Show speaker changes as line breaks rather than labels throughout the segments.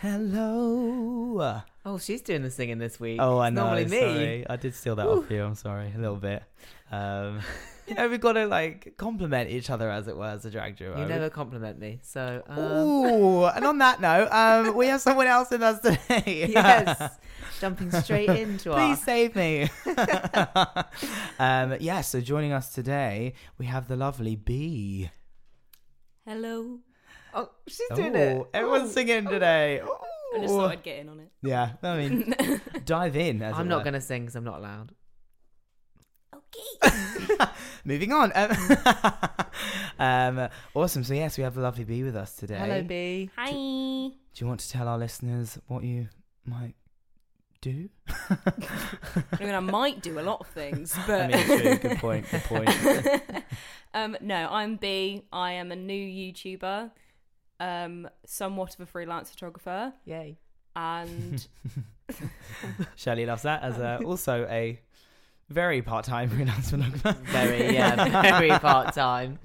Hello.
Oh, she's doing the singing this week.
Oh, I
It's
know.
Normally me.
Sorry, I did steal that off you. I'm sorry, a little bit. Um, you know, we've got to like compliment each other, as it were, as a drag duo.
You never compliment me, so um,
Ooh, and on that note, um, we have someone else with us today.
yes, jumping straight into our.
Please save me. um, yeah, so joining us today, we have the lovely Bee.
Hello.
Oh, she's
Oh,
doing it.
everyone's singing today.
I just
Ooh.
thought I'd get in on it.
Yeah, I mean, dive in. As
I'm
it
not
were.
going to sing because I'm not allowed.
Okay.
Moving on. Um, um, awesome. So yes, we have the lovely Bee with us today.
Hello, B.
Hi.
Do you want to tell our listeners what you might do?
I mean, I might do a lot of things, but
I mean, true. Good point. Good point.
um, no, I'm B. I am a new YouTuber, um, somewhat of a freelance photographer,
Yay.
and
Shirley loves that as a, also a very part-time freelance photographer.
Very, yeah, very part time.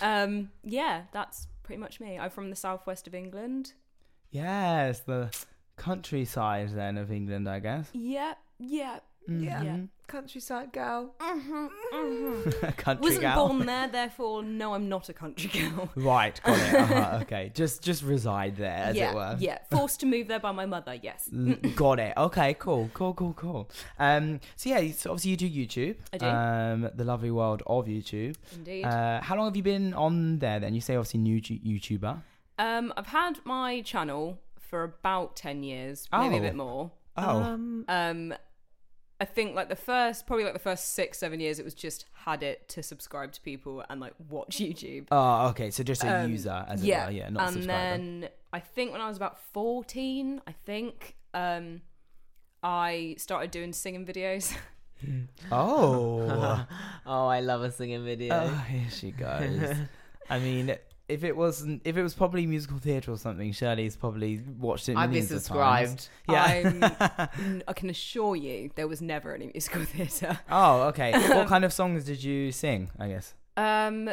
um, yeah, that's pretty much me. I'm from the southwest of England.
Yes, the countryside then of England, I guess. Mm-hmm.
Yeah, yeah.
Yeah.
Yeah.
Countryside girl.
mm-hmm.
Country
Wasn't
gal.
born there, therefore, no, I'm not a country girl.
Right, got it. Uh-huh, okay, just just reside there, as
yeah,
it were.
yeah. Forced to move there by my mother. Yes.
L- got it. Okay, cool, cool, cool, cool. Um, so yeah, so obviously you do YouTube.
I do.
Um, the lovely world of YouTube.
Indeed.
Uh, how long have you been on there? Then you say obviously new tu- YouTuber.
Um, I've had my channel for about ten years, maybe
Oh.
a bit more.
Oh,
Um,
Um, I think like the first, probably like the first six, seven years, it was just had it to subscribe to people and like watch YouTube.
oh, okay. So just a
Um,
user, as it were. Yeah, not a
and
subscriber.
then I think when I was about fourteen, I think um, I started doing singing videos.
Oh,
oh, I love a singing video.
oh, here she goes. I mean. If it wasn't, if it was probably musical theatre or something, Shirley's probably watched it.
I'd be
millions of times.
subscribed.
I'm, I can assure you, there was never any musical theatre.
Oh, okay. what kind of songs did you sing? I guess.
Um,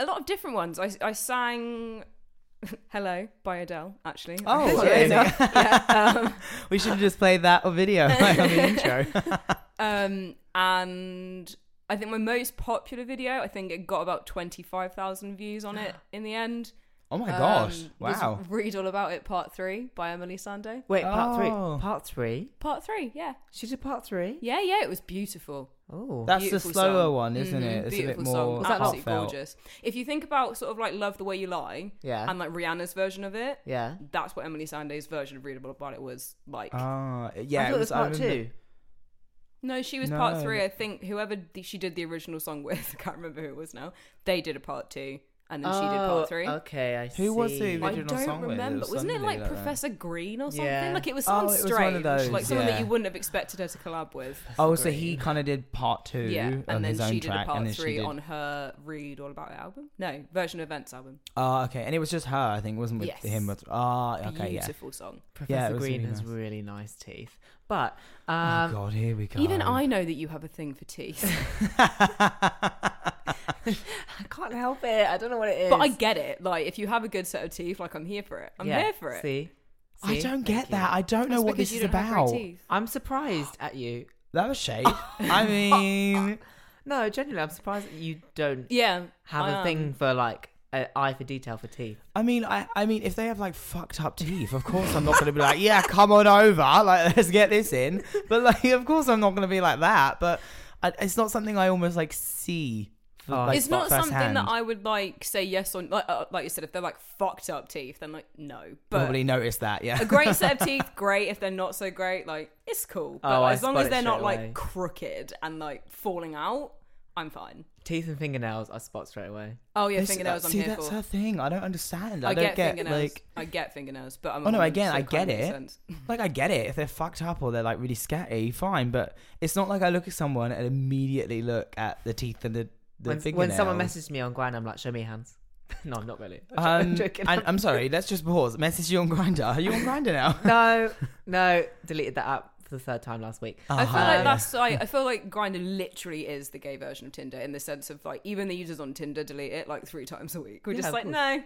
a lot of different ones. I, I sang "Hello" by Adele. Actually,
Oh,
Actually,
amazing.
yeah.
We should have just played that on video like, on the intro.
Um, um, and I think my most popular video. I think it got about twenty five thousand views on it in the end.
Oh my
Um,
gosh!
was
wow.
"Read All About It" Part Three by Emily Sando.
Wait, part
Oh.
three. Part three.
Part three, yeah,
She did part three.
yeah, yeah. It was beautiful.
Oh,
That's the
beautiful
slower
song. Mm, Mm-hmm.
one, isn't it? It's
beautiful
a bit more
song, absolutely
heartfelt.
gorgeous. If you think about sort of like "Love the Way You Lie"
Yeah.
and like Rihanna's version of it,
yeah.
that's what Emily Sande's version of Readable About It was like.
Ah, yeah.
I thought it was
I
part
remember-
two.
no, she was part
No.
three. I think whoever the, she did the original song with, I can't remember who it was now, they did a part two and then she did
Oh,
part three.
Okay, I see.
Who was the
I
original song
don't
with it,
remember.
or
Wasn't it
somebody
like
like that?
Professor Green or something?
Yeah.
Like it was
Oh,
someone
it was one
strange,
of those,
like someone
yeah.
that you wouldn't have expected her to collab with.
Oh, so he kind of did part two
yeah,
on
and then
his own
she did
track,
a part
and then
three
she did.
on her "Read All About It" album. No, version of Events album.
Oh, okay. And it was just her, I think, it wasn't with
Yes.
him. With ah, okay, yeah.
Beautiful song.
Yeah, it
Professor
was
Green
really
has
nice.
really nice teeth, but
Oh
um,
God, here we go.
Even I know that you have a thing for teeth,
I can't help it. I don't know what it is.
but I get it. Like if you have a good set of teeth, like I'm here for it. I'm
Yeah,
here for it.
See,
I
See?
don't
Thank
get
you.
that. I don't know
That's
what
because
this
you
is
don't have great
about.
teeth.
I'm surprised at you.
That was shade. I mean,
No, genuinely, I'm surprised that you don't
Yeah, Um,
have
I
a
am.
thing for like an eye for detail for teeth.
I mean, I, I mean, if they have like fucked up teeth, of course I'm not going to be like, yeah, come on over, like let's get this in. But like, of course I'm not going to be like that. But I, it's not something I almost like see. for,
Oh.
like,
it's not something
firsthand.
that I would like say yes on. Like, uh, like you said, if they're like fucked up teeth, then like no. But
probably noticed that. Yeah,
a great set of teeth, great. If they're not so great, like it's cool. But
Oh, I
as long
spot
as
it
they're not
straight away.
like crooked and like falling out, I'm fine.
Teeth and fingernails, I spot straight away.
Oh yeah,
This-
fingernails.
uh,
I'm
see,
here
that's
for.
her thing. I don't understand. I,
I,
don't
get,
get,
fingernails.
like,
I get fingernails, but I'm. a
Oh, no,
woman,
again,
so
I
it kinda
get
makes
it.
sense.
like I get it if they're fucked up or they're like really scatty, fine. But it's not like I look at someone and immediately look at the teeth and the the
When,
fingernails.
when someone messages me on Guan, I'm like, show me your hands. no, I'm not really. I'm
um,
joking.
and I'm sorry. Let's just pause. Message you on Grinder. Are you on Grinder now?
no, no, deleted that app for the third time last week.
Uh,
I feel like
Uh-huh.
yeah.
that's like, I feel like Grinder literally is the gay version of Tinder in the sense of like even the users on Tinder delete it like three times a week. We're
Yeah,
just
of
like,
course.
no,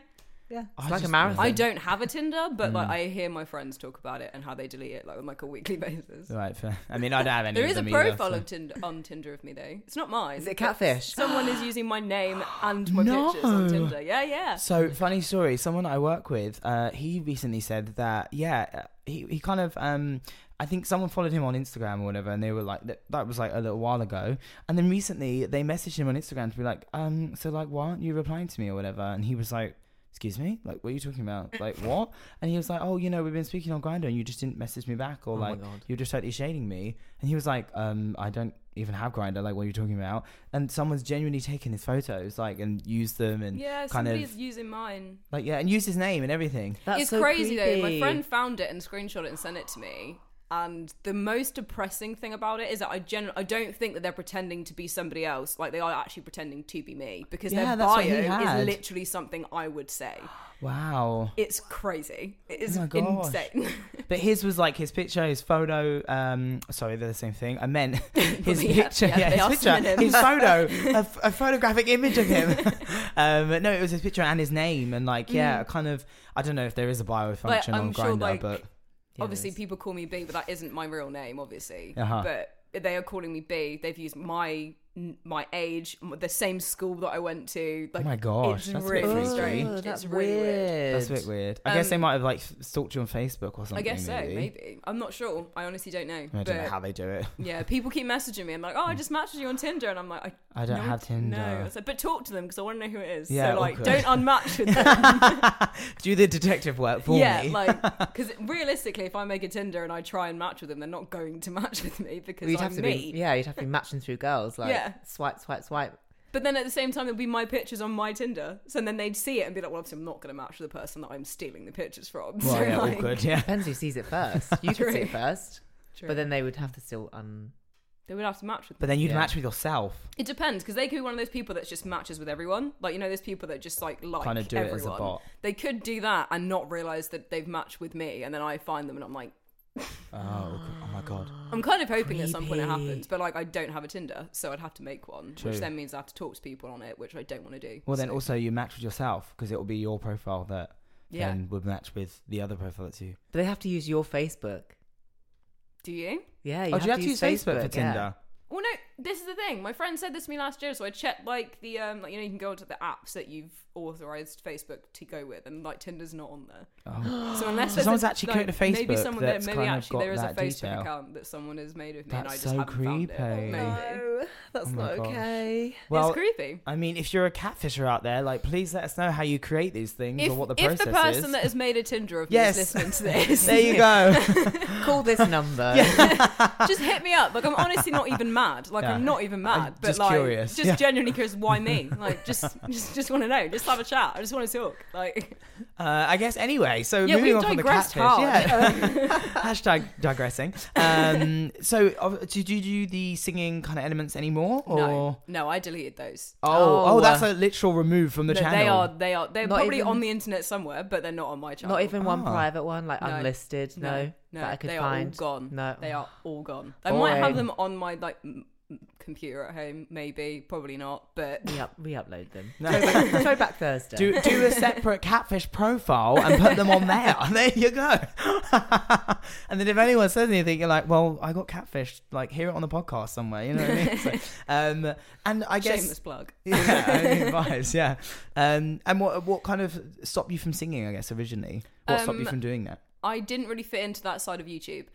Yeah, it's
I
like a
just-
marathon.
I don't have a Tinder, but like
Mm.
I hear my friends talk about it and how they delete it like on like a weekly basis.
Right. Fair. I mean, I don't have any.
There
of
is a
them either,
profile
so-
of Tinder on Tinder of me though. It's not mine.
Is it
but
catfish?
Someone is using my name and my
No.
pictures on Tinder. Yeah, yeah.
So funny story. Someone I work with, uh, he recently said that yeah, uh, he he kind of um, I think someone followed him on Instagram or whatever, and they were like that, that was like a little while ago, and then recently they messaged him on Instagram to be like um, so like why aren't you replying to me or whatever, and he was like. Excuse me? Like, what are you talking about? Like, what? And he was like, oh, you know, we've been speaking on Grinder, and you just didn't message me back,
Oh
or
my
like,
God.
you're just totally shading me. And he was like, um, I don't even have Grinder. Like, what are you talking about? And someone's genuinely taken his photos, like, and used them, and
Yeah,
kind of-
somebody's using mine.
like yeah, and used his name and everything.
That's
it's
so
crazy though. My
creepy.
friend found it and screenshot it and sent it to me. And the most depressing thing about it is that I gen- I don't think that they're pretending to be somebody else. Like they are actually pretending to be me because
Yeah,
their
that's what he
bio
had.
is literally something I would say.
Wow.
It's crazy. It is
Oh my gosh.
insane.
But his was like his picture, his photo. Um, sorry, they're the same thing. I meant his
Yeah,
picture,
yeah,
yeah,
they are
his picture,
synonyms.
his photo, a, f- a photographic image of him. um, no, it was his picture and his name, and like yeah, kind of. I don't know if there is a bio function
I'm
on
sure,
Grinder,
Mm. like,
but
Yeah,
obviously
it is.
people call me B, but that isn't my real name, obviously.
Uh-huh.
But they are calling me B. They've used my my age, m- the same school that I went to. Like,
oh my gosh,
it's
that's a
really
bit
Oh,
freaky.
strange.
that's
It's really weird.
That's a bit weird. I guess they might have like stalked you on Facebook or something.
I guess so,
maybe.
maybe. I'm not sure. I honestly don't know.
I
but
don't know how they do it.
yeah, people keep messaging me. I'm like, oh, I just matched you on Tinder, and I'm like, I
I don't
no,
have Tinder.
No, It's like, but talk to them because I want to know who it is.
Yeah,
so like,
awkward.
don't unmatch with them.
Do the detective work for
yeah,
me.
like because realistically, if I make a Tinder and I try and match with them, they're not going to match with me because
Well, you'd
I'm
have to
me.
be, yeah, you'd have to be matching through girls, like
Yeah.
swipe, swipe, swipe.
But then at the same time, there'll be my pictures on my Tinder, so then they'd see it and be like, well, obviously I'm not going to match with the person that I'm stealing the pictures from.
Well,
so
yeah,
like,
awkward. Yeah.
Depends who sees it first. You could see
True.
it first,
true.
but then they would have to still un.
they would have to match with.
But then you'd
Yeah.
match with yourself.
It depends because they could be one of those people that just matches with everyone. Like you know, those people that just like like
Kind of do
everyone.
it as a bot.
They could do that and not realize that they've matched with me, and then I find them and I'm like,
Oh, g- oh
Ah,
my god.
I'm kind of hoping at some point it
Creepy.
happens, but like I don't have a Tinder, so I'd have to make one,
True.
which then means I have to talk to people on it, which I don't want to do.
Well, then
So,
also you match with yourself because it will be your profile that
yeah,
then would match with the other profile that's you. Oh,
But they have to use your Facebook.
do you?
Yeah, you
oh,
have
do you
to use Facebook,
for
yeah.
Tinder?
Well, no, this is the thing. My friend said this to me last year, so I checked like the um, like you know, you can go onto the apps that you've authorized Facebook to go with, and like Tinder's not on there.
Oh.
So unless
So
there's
someone's
a,
actually
like,
created a
maybe
Facebook
someone
that's
there, maybe
kind of
actually there is
got
a
that
Facebook
detail.
account that someone has made of me, and I
That's
just
so
haven't found it.
creepy. Oh,
Maybe.
No, that's
Oh my
not
gosh.
okay.
Well,
it's creepy.
I mean, if you're a catfisher out there, like, please let us know how you create these things
If,
or what the
if
process
the person
is.
that has made a Tinder of
Yes.
me is listening to this,
there you go.
Call this number.
just hit me up. Like I'm honestly not even mad. Like
Yeah.
I'm not even mad.
I'm
but
just
like
curious.
just
Yeah.
genuinely curious why me? Like just just just want to know. Just have a chat. I just want to talk. Like
Uh, I guess anyway. So
Yeah,
moving
we've
on from the
digressed
catfish.
hard.
Yeah. Hashtag digressing. Um, so uh, did you do the singing kind of elements anymore? Or?
no. No, I deleted those.
Oh,
Oh,
oh, that's
uh,
a literal remove from the
No,
channel.
they are they are they're
Not
probably
even-
on the internet somewhere, but they're not on my channel.
Not even one
Ah.
private one, like
No.
unlisted. No,
no,
that I could
they
find.
are all gone.
No,
They are all gone. I might have
Boring.
them on my like m- m- computer at home, maybe, probably not, but
We, up- we upload them.
No.
Throwback, Throwback Thursday.
Do do a separate catfish profile and put them on there. there you go. and then if anyone says anything, you're like, "Well, I got catfished. Like, hear it on the podcast somewhere." You know what I mean? So, um, and I
shameless
guess,
plug.
yeah, I mean, vibes, yeah. Um, and what what kind of stopped you from singing? I guess originally, what stopped you
Um,
from doing that?
I didn't really fit into that side of YouTube.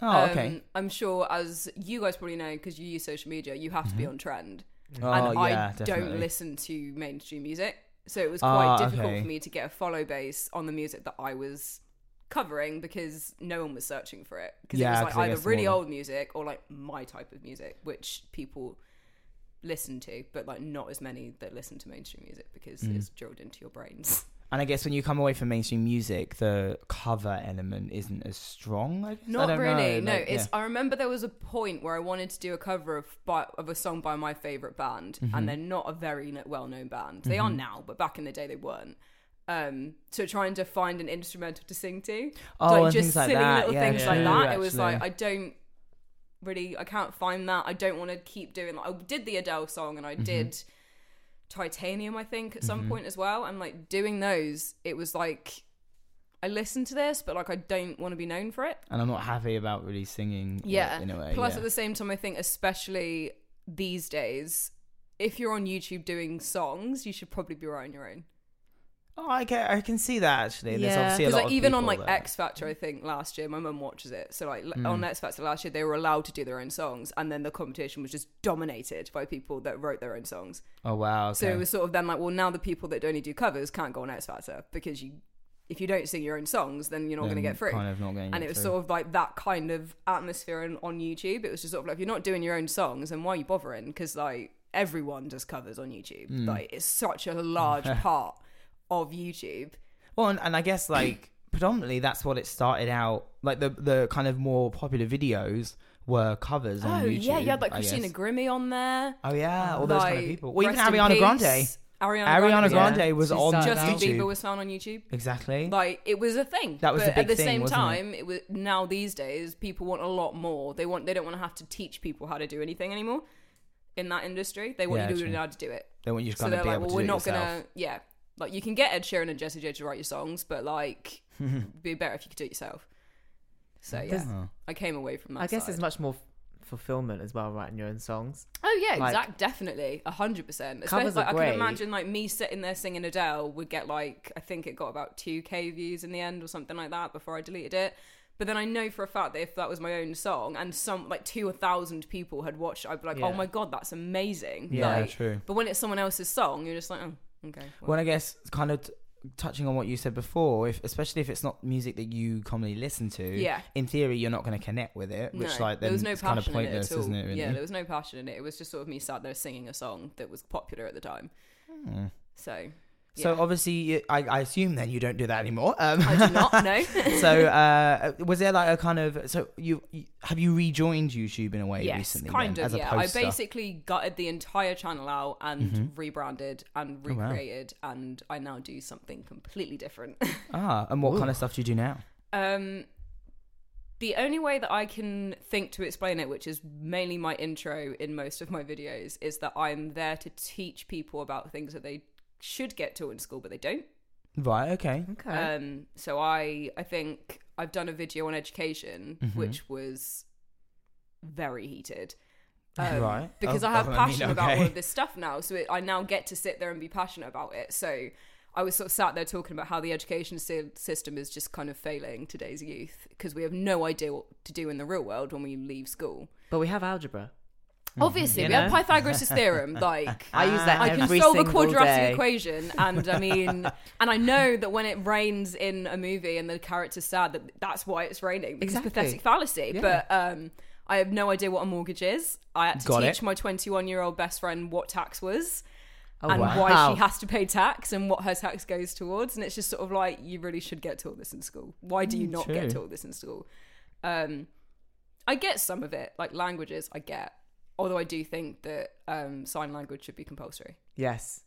Oh, okay.
Um, I'm sure, as you guys probably know, because you use social media, you have to be on trend.
Mm-hmm. Oh,
and I
yeah,
don't
definitely.
listen to mainstream music. So it was quite
Ah,
difficult
okay.
for me to get a follow base on the music that I was covering because no one was searching for it. Because
Yeah,
it was
'cause it
like either
gets
really
smaller.
old music or like my type of music, which people listen to, but like not as many that listen to mainstream music because
Mm.
it's drilled into your brains.
And I guess when you come away from mainstream music, the cover element isn't as strong. I guess. I
Not
don't
really.
know,
no,
like,
it's.
yeah.
I remember there was a point where I wanted to do a cover of by, of a song by my favorite band,
Mm-hmm.
and they're not a very well known band. They are now, but back in the day they weren't. Um, so trying to find an instrumental to sing to,
Oh,
like
and
just
things like
silly
that.
little
Yeah,
things
true,
like that. It was
actually.
like I don't really, I can't find that. I don't want to keep doing. Like, I did the Adele song, and I
Mm-hmm.
did Titanium, I think, at some point as well. And like doing those, it was like I listened to this, but like I don't want to be known for it.
and I'm not happy about really singing.
Yeah.
Yeah. In a way.
Plus,
yeah.
at the same time, I think especially these days, if you're on YouTube doing songs, you should probably be writing your own.
oh, I can I can see that actually. There's
Yeah.
obviously a
Because
lot of
like, even on like
people that-
X Factor, I think last year my mum watches it. So like l-
Mm.
on X Factor last year, they were allowed to do their own songs, and then the competition was just dominated by people that wrote their own songs.
Oh wow.
So
okay.
it was sort of then like, well, now the people that only do covers can't go on X Factor because you, if you don't sing your own songs, then you're not going to
Then
get through.
Kind of not getting
and it was sort of like that kind of atmosphere on, on YouTube. It was just sort of like if you're not doing your own songs, then why are you bothering? Because like everyone does covers on YouTube.
Hmm.
Like it's such a large part of YouTube.
Well, and, and I guess like predominantly that's what it started out. Like the the kind of more popular videos were covers on
oh
YouTube.
yeah, you had like
I
Christina
guess.
Grimmie on there.
Oh yeah, all those kind of
like,
people. Well, even
rest in
Ariana Grande.
peace. Ariana,
Ariana
was on
Grande was
She's
on
done
there.
Grande
YouTube.
that.
Justin Bieber was found on YouTube.
Exactly.
Like it was a thing.
That was
but
the big
at the
thing,
same
wasn't it?
time, it? was now these days people want a lot more. They want they don't want to have to teach people how to do anything anymore in that industry. They want
Yeah,
you to
true.
know how to do it.
they want you to
So
kind
they're
of be
like,
able
well,
to
we're
do it
not
yourself.
gonna, yeah. Like you can get Ed Sheeran and Jesse J to write your songs, but like, it'd be better if you could do it yourself. So yeah,
There's-
I came away from that.
I guess
side.
it's much more f- fulfillment as well, writing your own songs.
Oh yeah,
like-
exact, definitely, hundred percent. Especially
Covers are
like, I
great.
can imagine like me sitting there singing Adele would get like I think it got about two k views in the end or something like that before I deleted it. But then I know for a fact that if that was my own song and some like two thousand people had watched, it, I'd be like, oh
Yeah.
my god, that's amazing.
Yeah,
Like,
true.
But when it's someone else's song, you're just like, oh, okay. well.
Well, I guess kind of t- touching on what you said before, if especially if it's not music that you commonly listen to,
Yeah.
in theory you're not going to connect with it, which like then
there was no
it's kind of
passion in it
pointless,
at all.
isn't it? Really?
Yeah, there was no passion in it. It was just sort of me sat there singing a song that was popular at the time. So
Hmm. So
yeah.
obviously, you- I, I assume then you don't do that anymore. Um,
I do not know.
so uh, was there like a kind of so you, you have you rejoined YouTube in a way recently?
kind
then,
of.
as
yeah,
a
I
poster? Mm-hmm.
basically gutted the entire channel out and rebranded and
Oh, wow.
recreated, and I now do something completely different.
ah, and what kind of stuff do you do now?
Um, the only way that I can think to explain it, which is mainly my intro in most of my videos, is that I'm there to teach people about things that they should get taught in school but they don't.
Right. Okay.
Okay.
Um, so I I think I've done a video on education,
Mm-hmm.
which was very heated. Um,
Right.
Because
Oh,
I have
I mean,
passion about all
okay.
of this stuff now, so it, I now get to sit there and be passionate about it. So I was sort of sat there talking about how the education sy- system is just kind of failing today's youth because we have no idea what to do in the real world when we leave school.
but we have algebra.
Mm-hmm. Obviously,
You
we have
know?
Pythagoras' theorem. Like
I use that
I
every
can solve a
single
quadratic
day.
equation, and I mean, and I know that when it rains in a movie and the character's sad, that that's why it's raining. Because
Exactly.
pathetic fallacy.
Yeah.
But um, I have no idea what a mortgage is. I had to
Got
teach
it.
my 21 year old best friend what tax was
Oh,
and
wow.
why she has to pay tax and what her tax goes towards. And it's just sort of like, you really should get taught this in school. Why do you not
true.
get taught this in school? Um, I get some of it, like languages, I get. Although I do think that um, sign language should be compulsory.
Yes.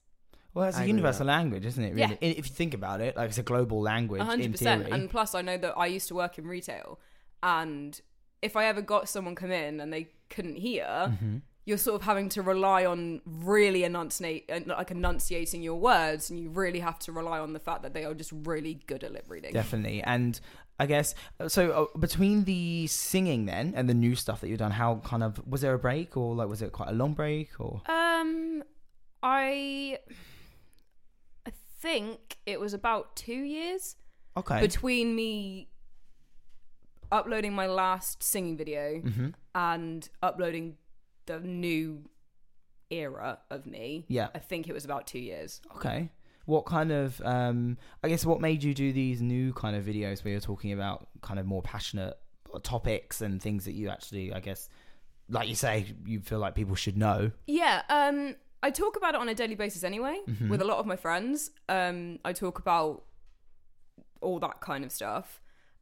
Well, it's
I
a
agree with
universal language, isn't it?
Yeah.
Really? If you think about it, like it's a global language in
100%.
theory.
And plus, I know that I used to work in retail. And if I ever got someone come in and they couldn't hear,
Mm-hmm.
you're sort of having to rely on really enunciate, uh, like enunciating your words. And you really have to rely on the fact that they are just really good at lip reading.
Definitely. And I guess so. Uh, between the singing then and the new stuff that you've done, how kind of was there a break or like was it quite a long break or?
Um, I, I think it was about two years
Okay.
between me uploading my last singing video
Mm-hmm.
and uploading the new era of me.
Yeah.
I think it was about two years.
okay. What kind of um? I guess what made you do these new kind of videos where you're talking about kind of more passionate topics and things that you actually, I guess, like you say, you feel like people should know.
Yeah, um, I talk about it on a daily basis anyway with a lot of my friends. Um, I talk about all that kind of stuff.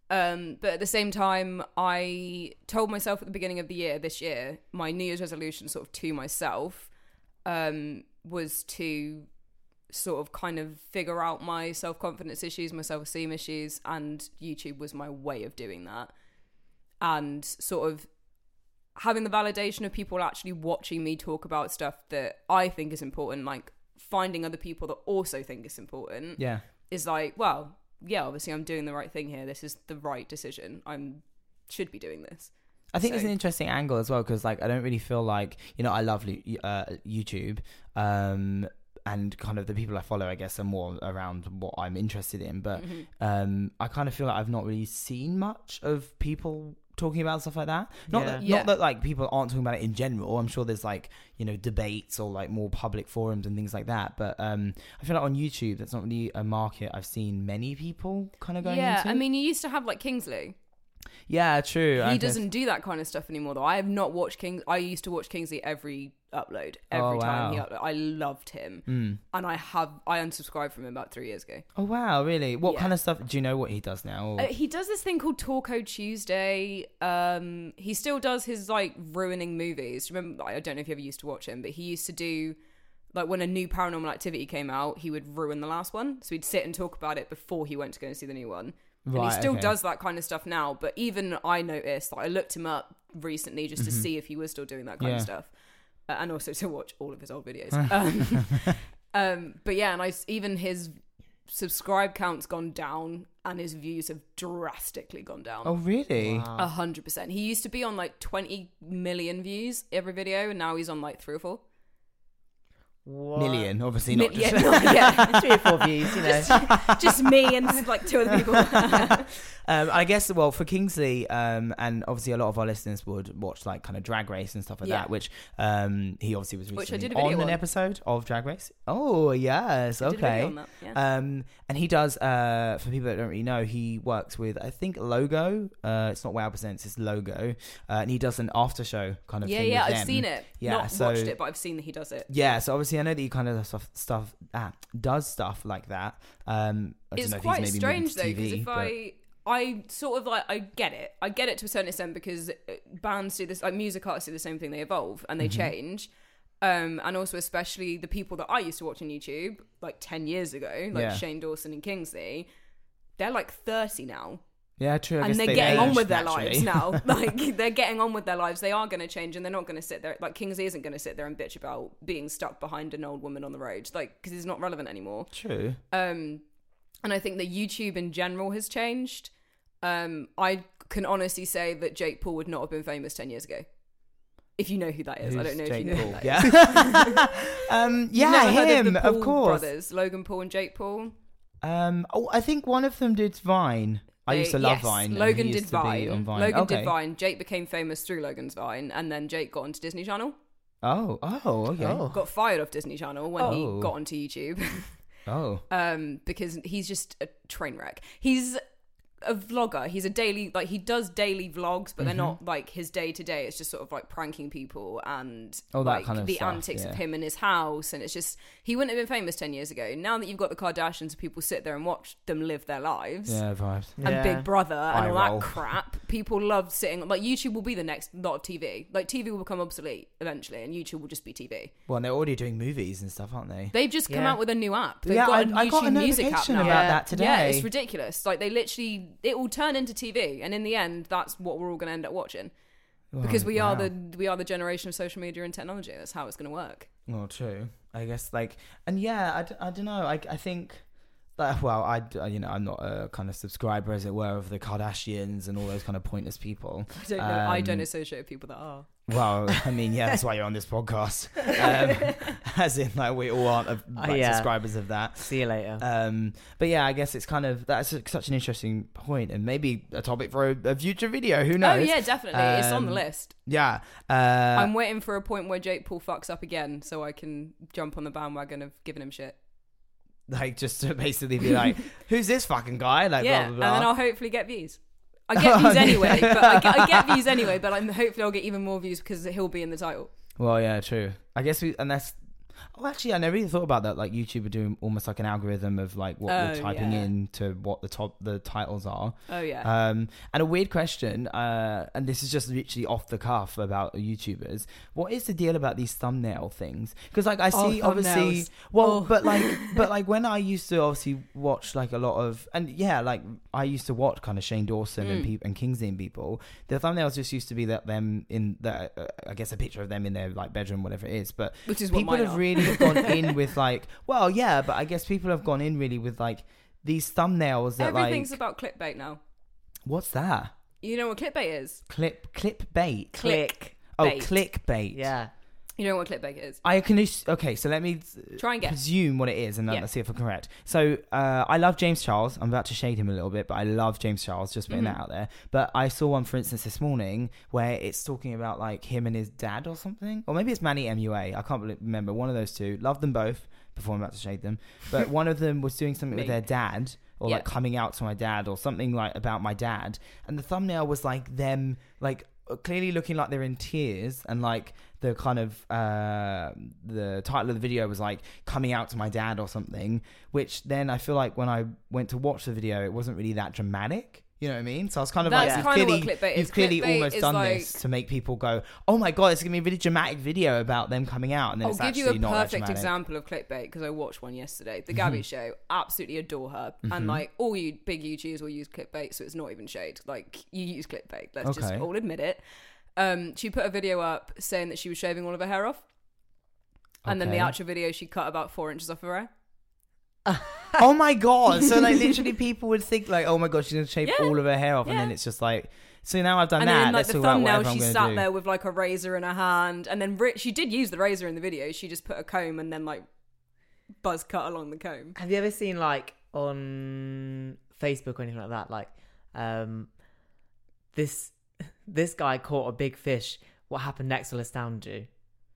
Um, but at the same time, I told myself at the beginning of the year, this year, my New Year's resolution, sort of to myself, um, was to sort of kind of figure out my self confidence issues, my self esteem issues, and YouTube was my way of doing that. And sort of having the validation of people actually watching me talk about stuff that I think is important, like finding other people that also think it's important,
Yeah.
is like, well, yeah, obviously I'm doing the right thing here. This is the right decision. I'm should be doing this.
I think it's
So-
an interesting angle as well because, like, I don't really feel like you know I love Lu- uh, YouTube, um, and kind of the people I follow, I guess, are more around what I'm interested in. But
Mm-hmm.
um, I kind of feel like I've not really seen much of people talking about stuff like that. Not
Yeah.
that,
Yeah.
not that like people aren't talking about it in general. I'm sure there's like you know debates or like more public forums and things like that. But um, I feel like on YouTube, that's not really a market I've seen many people kind of going
yeah,
into.
I mean, you used to have like Kingsley.
yeah, true. I
he
guess-
doesn't do that kind of stuff anymore though. I have not watched King. I used to watch Kingsley every upload. Every
Oh,
time he
wow. Mm.
uploaded, I loved him,
Hmm.
and I have I unsubscribed from him about three years ago.
Oh wow, really? What
Yeah.
kind of stuff do you know what he does now? Or-
Uh, he does this thing called Torco Tuesday. Um, he still does his like ruining movies. Remember, I don't know if you ever used to watch him, but he used to do like when a new Paranormal Activity came out, he would ruin the last one. So he'd sit and talk about it before he went to go and see the new one. and
Right,
he still
okay.
does that kind of stuff now. But even I noticed, like, I looked him up recently just to see if he was still doing that kind of
Mm-hmm. Yeah.
stuff, uh, and also to watch all of his old videos. um, um, but yeah, and I s- even his subscribe count's gone down and his views have drastically gone down.
oh really?
Ah.
A hundred percent. He used to be on like twenty million views every video, and now he's on like three or four.
Million, obviously not.
Mi-
just-
yeah, no, yeah.
Three or four views, you know.
just me and like two other people.
Um, I guess well for Kingsley, um, and obviously a lot of our listeners would watch like kind of Drag Race and stuff like
Yeah.
that, which um, he obviously was recently
Which I did a
on
video
an
on.
episode of Drag Race. Oh yes,
Did a video
okay.
on that, yeah.
Um, and he does. Uh, for people that don't really know, he works with I think Logo. Uh, it's not Wow Presents, it's Logo, uh, and he does an after show kind of.
yeah,
thing
yeah,
with
I've
them.
seen it.
Yeah,
Not
so-
watched it, but I've seen that he does it.
Yeah, so obviously I know that he kind of does stuff, stuff ah, does stuff like that. Um, I don't
it's
know if he's
quite
maybe
strange
moved
though
to
because
TV,
if
but-
i i sort of like i get it i get it to a certain extent because uh, bands do this like music artists do the same thing they evolve and they
Mm-hmm.
change um and also especially the people that i used to watch on youtube like 10 years ago like
Yeah.
shane dawson and kingsley they're like 30 now
yeah, true. I guess
and they're
they've
getting on
aged
with their
naturally.
lives now like they're getting on with their lives they are going to change and they're not going to sit there like kingsley isn't going to sit there and bitch about being stuck behind an old woman on the road like because it's not relevant anymore
True.
um and i think that youtube in general has changed um i can honestly say that jake paul would not have been famous 10 years ago if you know who that is i don't know if you know who that is.
Yeah. um,
You've
yeah,
never heard
him,
the
of
Paul
course.
brothers logan paul and jake paul
Um, oh, I think one of them did Vine. I
They-
used to love
yes,
Vine. and
logan
he
did
used to be
vine.
on Vine.
logan
okay.
did vine jake became famous through logan's vine and then jake got onto disney channel
Oh, oh, okay.
Oh.
Oh,
got fired off disney channel when
Oh.
he got onto youtube um, because he's just a train wreck. He's a vlogger. He's a daily like he does daily vlogs, but they're
Mm-hmm.
not like his day to day. It's just sort of like pranking people and
All that
like
kind of
the
stuff,
antics
yeah.
of him in his house. And it's just he wouldn't have been famous ten years ago. Now that you've got the Kardashians, people sit there and watch them live their lives.
yeah, vibes.
And
Yeah.
Big Brother and
Eye
all
roll.
that crap. People love sitting like YouTube will be the next lot of TV. Like TV will become obsolete eventually, and YouTube will just be TV.
Well, and they're already doing movies and stuff, aren't they?
They've just come
Yeah.
out with a new app. They've
Yeah,
got a
I- I
YouTube
got a
music app
notification
now.
about that today.
Yeah, it's ridiculous. Like they literally, it will turn into TV, and in the end, that's what we're all going to end up watching because
Oh,
we are
wow.
the we are the generation of social media and technology. That's how it's going to work.
Well, true. I guess like, and yeah, I, d- I don't know. I, I think that well, I d- you know I'm not a kind of subscriber as it were of the Kardashians and all those kind of pointless people.
I don't know. I
Um,
don't associate with people that are.
Well, I mean, yeah, that's why you're on this podcast. Um, as in, like we all aren't of-
Uh,
like,
yeah.
subscribers of that.
See you later.
Um, but yeah, I guess it's kind of that's such an interesting point, and maybe a topic for a, a future video. Who
oh
knows?
yeah, Um, definitely. it's on the
um,
list.
yeah. Uh,
I'm waiting for a point where Jake Paul fucks up again, so I can jump on the bandwagon of giving him shit.
like just to basically be like, who's this fucking guy? Like, Uh,
yeah,
blah blah blah.
and then I'll hopefully get views. I I get views
yeah.
anyway, but I get, I get views anyway. But I'm hopefully I'll get even more views because he'll be in the title.
Well, yeah, true. I guess we unless. Oh, actually, I never even thought about that. Like YouTube are doing almost like an algorithm of like what
Oh,
we're typing
yeah.
in to what the top the titles are.
Oh yeah,
Um, and a weird question, uh, and this is just literally off the cuff about YouTubers. What is the deal about these thumbnail things? Because like I
Oh,
see obviously,
thumbnails.
well,
Oh.
but like, but like when I used to obviously watch like a lot of, and yeah, like I used to watch kind of Shane Dawson and
Mm.
peop and Kingsley and people. The thumbnails just used to be that them in the, uh, I guess a picture of them in their like bedroom, whatever it is. But
which is what
people
mine
have
are.
really gone in with like, well, yeah, but I guess people have gone in really with like these thumbnails that like,
Everything's about clickbait now.
what's that?
You know what clickbait is?
Clip, clip bait.
Click.
Oh,
bait.
clickbait.
Yeah.
You know what clickbait is?
I can. as- Okay, so let me
Try and guess.
presume what it is, and then
Yeah.
let's see if I'm correct. So uh, I love James Charles. I'm about to shade him a little bit, but I love James Charles. Just putting
Mm-hmm.
that out there. But I saw one, for instance, this morning where it's talking about like him and his dad or something, or maybe it's Manny MUA. I can't really remember one of those two. Love them both. Before I'm about to shade them, but one of them was doing something with
Me.
their dad, or like
Yeah.
coming out to my dad, or something like about my dad. And the thumbnail was like them, like uh, clearly looking like they're in tears, and like the kind of uh, the title of the video was like coming out to my dad or something. Which then I feel like when I went to watch the video, it wasn't really that dramatic. You know what I mean? So I was kind of
That's
like,
kind
you've
of what
clearly,
clickbait is.
you've clearly
Clickbait
almost
is
done
like-
this to make people go, "Oh my god, it's gonna be a really dramatic video about them coming out," and then
I'll
it's
give
actually
you a
not that
perfect
dramatic. Mm-hmm.
example of clickbait because I watched one yesterday. The Gabby Show, absolutely adore her, and like all you big YouTubers will use clickbait, so it's not even shade. Like you use clickbait. Let's just
Okay.
all admit it. Um, she put a video up saying that she was shaving all of her hair off, and then the
Okay.
actual video she cut about four inches off her hair.
oh my god! So like literally, people would think like, "Oh my god, she's gonna shave
Yeah.
all of her hair off," and
Yeah.
then it's just like, "So now I've done
and
that."
then in like
Let's
the
talk about
thumbnail
whatever
she
I'm gonna
sat
do.
there with like a razor in her hand and then ri she did use the razor in the video she just put a comb and then like buzz cut along the comb
Have you ever seen like on Facebook or anything like that? Like, um, this this guy caught a big fish. What happened next will astound you.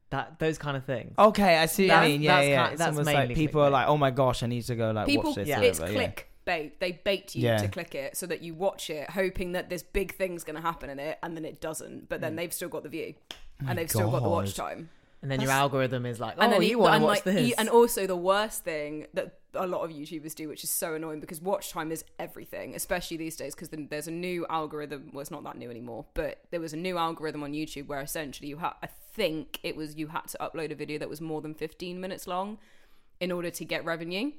That those kind of things.
Okay, I see. what I
That's-
mean, yeah,
that's
yeah.
kind-
it's
that's
almost
mainly
like people are
clickbait.
like, "Oh my gosh, I need to go like
people
watch this."
yeah.
or
it's
whatever, yeah.
click bait they bait you
Yeah.
to click it so that you watch it hoping that this big thing's going to happen in it and then it doesn't but then they've still got the view
Mm. my
and they've still got the watch
God.
time
And then your
That's-
algorithm is like, oh,
and then
you
it-
want
and,
to watch
like,
this.
e- and also the worst thing that a lot of YouTubers do, which is so annoying because watch time is everything, especially these days. Because there's a new algorithm. Well, it's not that new anymore, but there was a new algorithm on YouTube where essentially you had, I think it was you had to upload a video that was more than 15 minutes long in order to get revenue.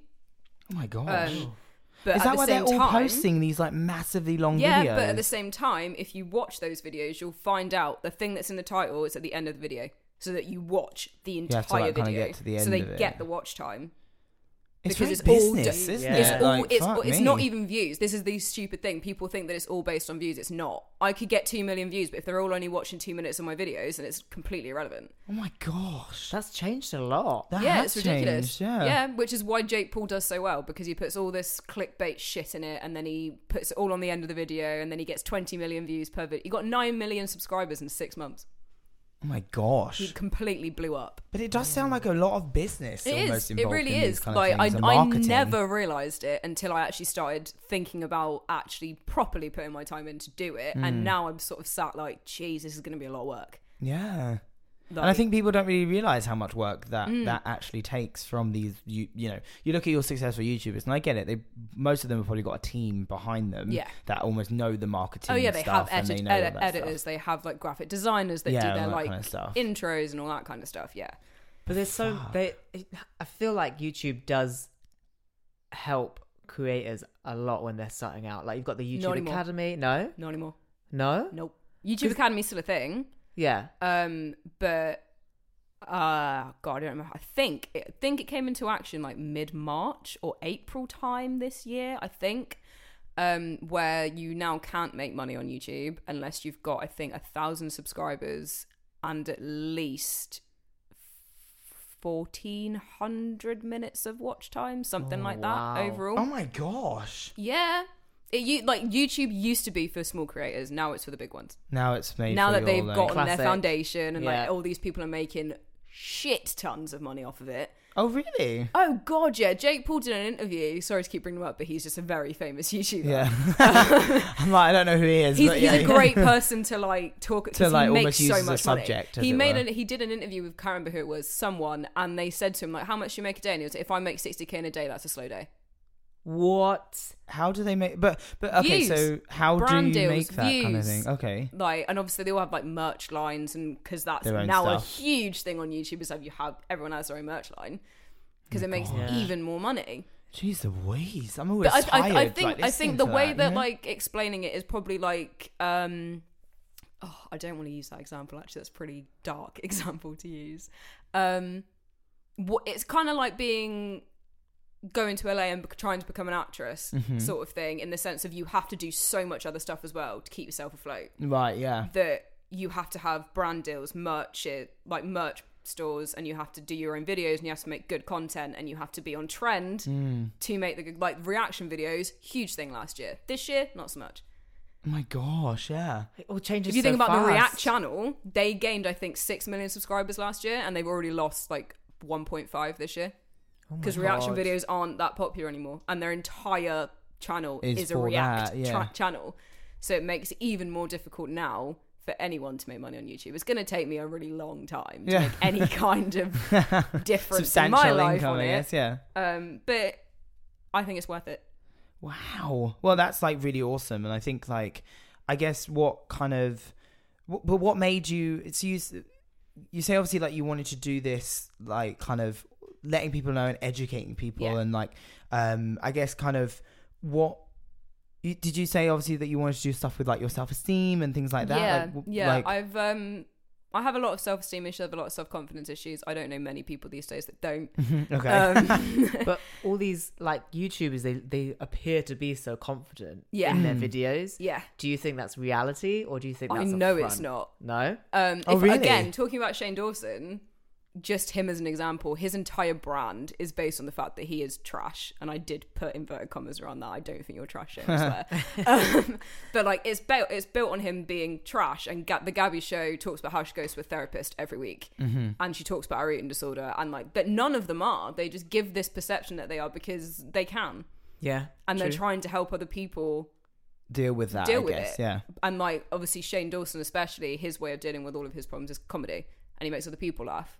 Oh my gosh.
Um, but
Is
at
that
the
why they're
same
all
time,
posting these like massively long
yeah,
videos?
but at the same time, if you watch those videos, you'll find out the thing that's in the title is at the end of the video, so that you watch the
have to,
entire
like, kinda
video,
get to the
so
end
they
of it.
get the watch time.
it's
because
really
it's all
business,
do-
isn't
Yeah.
It's
it?
all
Like,
it's,
fuck
it's not
me.
even views. This is the stupid thing. People think that it's all based on views. It's not. I could get two million views, but if they're all only watching two minutes of my videos, then it's completely irrelevant.
Oh my gosh.
That's changed a lot.
That
yeah,
has
it's ridiculous.
changed, Yeah.
which is why Jake Paul does so well because he puts all this clickbait shit in it, and then he puts it all on the end of the video, and then he gets twenty million views per video. He got nine million subscribers in six months.
Oh my
He
gosh.
completely blew up.
But it does sound like a lot of business.
It
almost
is. It
involved
really
in these
is.
Kind of
Like I,
things, and
I
marketing.
never realized it until I actually started thinking about actually properly putting my time in to do it,
Hmm.
and now I'm sort of sat like, geez, this is going to be a lot of work.
Yeah.
Like,
And I think people don't really realize how much work that
Mm.
that actually takes from these. You, you know, you look at your successful YouTubers, and I get it. They most of them have probably got a team behind them
Yeah.
that almost know the marketing.
oh yeah, they
stuff
have
and
edit-
they know all
edit-
that stuff.
editors, they have like graphic designers that
yeah,
do
all
their
that
like
kind of stuff.
intros and all that kind of stuff. Yeah,
But there's so
Fuck.
they. I feel like YouTube does help creators a lot when they're starting out. Like you've got the
Not
YouTube
anymore.
Academy. No,
not anymore.
no,
Nope. YouTube Academy's still a thing,
yeah.
um, but uh, God, I don't remember. I think I think it came into action like mid March or April time this year. I think. Um, where you now can't make money on YouTube unless you've got, I think, a thousand subscribers and at least fourteen hundred minutes of watch time, something
Oh,
like
wow.
that overall.
Oh my gosh!
Yeah. It, you, like YouTube used to be for small creators, now it's for the big ones.
Now it's made
now
for
that
your,
they've
like-
gotten
Classic.
their foundation and
Yeah.
like all these people are making shit tons of money off of it.
Oh, really?
Oh god, yeah. Jake Paul did an interview. Sorry to keep bringing him up, but he's just a very famous YouTuber.
Yeah. I'm like, I don't know who he is.
He's,
but
he's
yeah.
a great person to like talk
To,
to.
like,
he
almost
makes
use as
so
a
much money.
subject, as
He
it
made
were.
an, he did an interview with Karen who it was someone, and they said to him like, "How much do you make a day?" And he was, like, "If I make sixty k in a day, that's a slow day."
What?
How do they make? But but okay,
Views.
so how do
Brand
you
deals,
make that kind of
views.
thing? Okay.
Like, and obviously they all have like merch lines, and because that's
Their own
now a
stuff.
huge thing on YouTube is have you have everyone has their own merch line
Oh
because it makes
God. Yeah.
even more money.
Jeez Louise, I'm always
but I, I,
tired.
I think
like,
I
listening
think the
to
way
you
that,
know?
like explaining it is probably like um oh, I don't want to use that example actually that's a pretty dark example to use um what it's kind of like being going to LA and bec- trying to become an actress
Mm-hmm.
sort of thing in the sense of you have to do so much other stuff as well to keep yourself afloat
right, yeah,
that you have to have brand deals, merch, it- like merch stores, and you have to do your own videos, and you have to make good content, and you have to be on trend to make the good, like reaction videos. Huge thing last year. This year, not so much.
my gosh, yeah.
It all changes.
If you think
so
about the React
fast.
channel, they gained I think six million subscribers last year, and they've already lost like 1.5 this year
Oh my
because reaction
God.
videos aren't that popular anymore, and their entire channel
Is
is, a
for
React
that, yeah.
tra- channel. So it makes it even more difficult now for anyone to make money on YouTube. It's going to take me a really long time to
Yeah.
make any kind of difference in
Substantial
my life
income,
on
I
it.
guess, yeah.
Um, but I think it's worth it.
Wow. Well, that's like really awesome, and I think like, I guess what kind of, wh- but what made you? It's you. s- You say obviously like you wanted to do this like kind of letting people know and educating people
Yeah.
and like, um, I guess kind of what. You, did you say obviously that you wanted to do stuff with like your self esteem and things like that?
yeah,
Like, w-
yeah.
like-
I've um, I have a lot of self esteem issues. I have a lot of self confidence issues. I don't know many people these days that don't.
okay.
Um,
but all these like YouTubers, they they appear to be so confident
Yeah.
in their videos.
yeah,
Do you think that's reality, or do you think
I
that's a
know it's
front?
not.
No,
Um,
Oh,
if-
really?
Again, talking about Shane Dawson, just him as an example, his entire brand is based on the fact that he is trash. And I did put inverted commas around that. I don't think you're trash, Shane. I swear. um, but like, it's built, it's built on him being trash. And Ga- the Gabby show talks about how she goes to a therapist every week,
Mm-hmm.
and she talks about her eating disorder. And like, but none of them are. They just give this perception that they are because they can,
yeah,
and they're
true.
trying to help other people
deal with that.
deal
I
with
guess.
it.
Yeah.
And like obviously Shane Dawson, especially his way of dealing with all of his problems is comedy, and he makes other people laugh,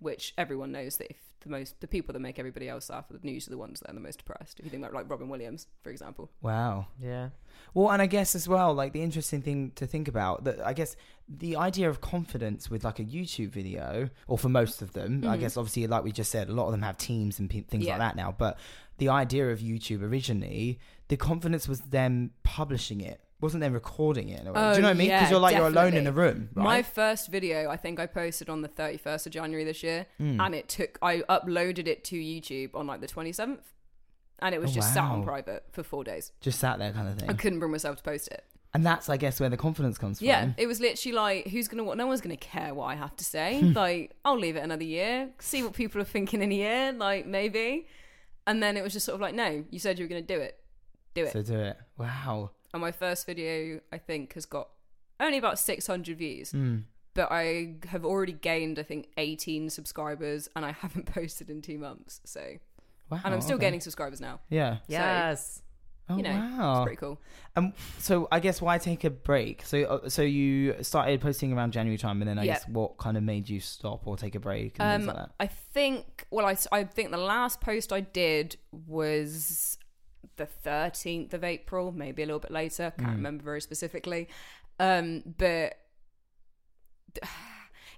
which everyone knows that if the most the people that make everybody else laugh are usually the ones that are the most depressed. If you think about like Robin Williams, for example,
Wow.
yeah,
Well, and I guess as well, like the interesting thing to think about that I guess the idea of confidence with like a YouTube video, or for most of them, I guess obviously, like we just said, a lot of them have teams and pe- things
Mm-hmm. Yeah.
like that now. But the idea of YouTube originally, the confidence was them publishing it, wasn't them recording it. In a way. Do
Oh,
you know what I mean? Because
yeah,
you're like you're alone in a
definitely.
room, right?
my first video I think I posted on the thirty first of January this year,
Hmm.
and it took I uploaded it to YouTube on like the twenty seventh, and it was
Oh,
just sat on
wow.
private for four days.
just sat there kind of thing.
I couldn't bring myself to post it.
And that's, I guess, where the confidence comes from.
Yeah, it was literally like, who's gonna what? No one's gonna care what I have to say.
Hmm.
like, I'll leave it another year, see what people are thinking in a year, like maybe. And then it was just sort of like, no, you said you were gonna do it, do it.
So do it. Wow.
and my first video, I think, has got only about six hundred
Hmm.
views, but I have already gained, I think, eighteen subscribers, and I haven't posted in two months. So, and
Wow.
I'm still
Oh, okay.
gaining subscribers now.
Yeah.
yes.
Oh,
you know,
wow.
it's pretty cool.
Um, so I guess why take a break? So, uh, so you started posting around January time, and then I
Yeah.
guess what kind of made you stop or take a break and things like
Um,
that?
I think. Well, I, I think the last post I did was the thirteenth of April, maybe a little bit later.
Hmm.
Can't remember very specifically, um, but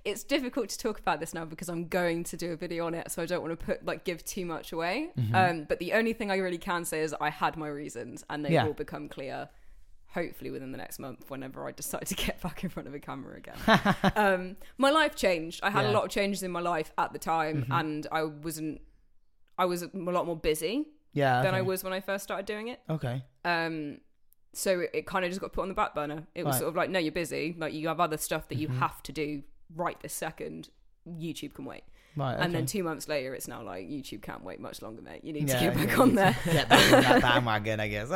it's difficult to talk about this now because I'm going to do a video on it, so I don't want to put like give too much away.
Mm-hmm.
Um, but the only thing I really can say is I had my reasons, and they
Yeah.
will become clear. Hopefully within the next month, whenever I decide to get back in front of a camera again um, my life changed. I had a
Yeah. Mm-hmm.
lot of changes in my life at the time, and I wasn't. I was a lot more busy
Yeah.
than I
okay.
was when I first started doing it.
Okay.
Um, so it, it kind of just got put on the back burner. It
Right.
was
Mm-hmm.
sort of like, no, you're busy. Like you have other stuff that you have to do right this second. YouTube can wait.
Right.
And then
Uh, okay.
two months later, it's now like YouTube can't wait much longer, mate. You need
Yeah,
to get
yeah,
back
you
on
need
there.
Get back on that bandwagon, I guess.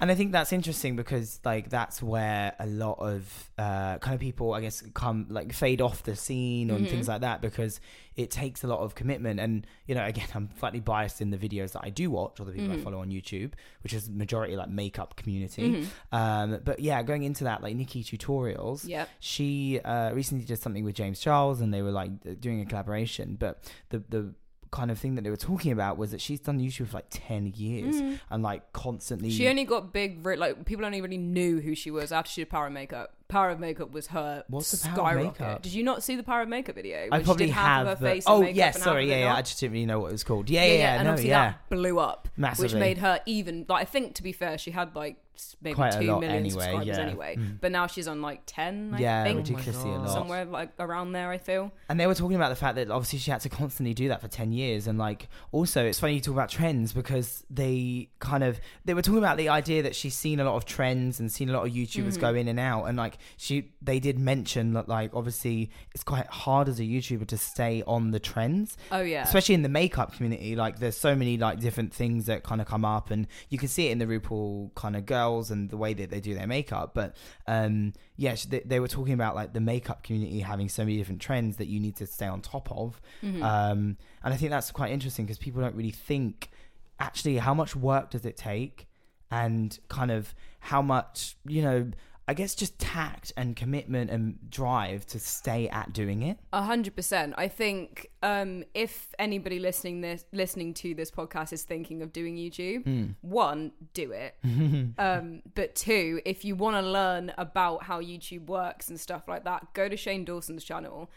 and I think that's interesting because, like, that's where a lot
Mm-hmm.
of uh, kind of people, I guess, come like fade off the scene and things like that because it takes a lot of commitment. And you know, again, I'm slightly biased in the videos that I do watch or the
Mm-hmm.
people I follow on YouTube, which is majority like makeup community.
Mm-hmm.
Um, but yeah, going into that, like Nikki tutorials,
Yep.
she uh, recently did something with James Charles, and they were like doing a collaboration. But the the kind of thing that they were talking about was that she's done YouTube for like ten years and like constantly.
Mm. She only got big, re- like people only really knew who she was after she did Power of Makeup. Power of Makeup was her
What's the Power of
skyrocket.
Makeup?
Did you not see the Power of Makeup video?
I
Where she
probably
did half
have.
of her
but-
face.
oh
and makeup
yeah,
and half
sorry,
of
yeah,
it
yeah.
not.
I just didn't really know what it was called. Yeah, yeah, yeah.
and
no,
obviously
yeah.
that blew up
Massively.
which made her even. Like, I think to be fair, she had like s- maybe two
Quite a
million
lot anyway,
subscribers
yeah. Hmm.
anyway. But now she's on like ten, I
yeah,
think,
ridiculously a
God.
lot.
somewhere like around there. I feel.
And they were talking about the fact that obviously she had to constantly do that for 10 years. And like, also, it's funny you talk about trends because they kind of, they were talking about the idea that she's seen a lot of trends and seen a lot of YouTubers go in and out. And like, she, they did mention that like, obviously, it's quite hard as a YouTuber to stay on the trends
Oh yeah,
especially in the makeup community like there's so many like different things that kind of come up and you can see it in the RuPaul kind of girls and the way that they do their makeup but um yeah sh- they, they were talking about like the makeup community having so many different trends that you need to stay on top of um and I think that's quite interesting because people don't really think actually how much work does it take and kind of how much you know I guess just tact and commitment and drive to stay at doing it
A hundred percent. I think um, if anybody listening this listening to this podcast is thinking of doing YouTube,
Hmm.
one, do it. um, but two, if you want to learn about how YouTube works and stuff like that, go to Shane Dawson's channel,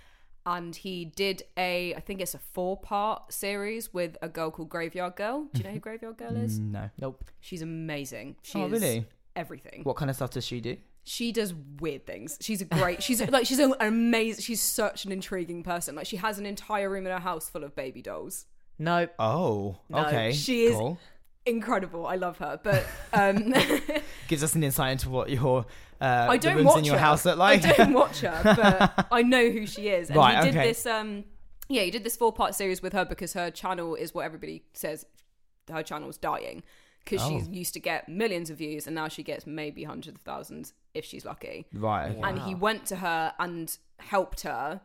and he did a I think it's a four part series with a girl called Graveyard Girl. Do you know who Graveyard Girl is?
no
Nope.
She's amazing. She's
Mm. Oh, really?
Everything
What kind of stuff does she do?
she does weird things. She's a great. She's like she's an amazing. She's such an intriguing person. Like she has an entire room in her house full of baby dolls.
Nope.
Oh, okay.
she is-
Cool.
Incredible. I love her. But um,
Gives us an insight into what your uh,
I
the
don't
rooms
watch
in your
her.
house look like.
I don't watch her, but I know who she is. And
Right,
he did
okay.
this um yeah, he did this four part series with her because her channel is what everybody says her channel's dying. Because
Oh.
she used to get millions of views and now she gets maybe hundreds of thousands if she's lucky.
right. okay.
and he went to her and helped her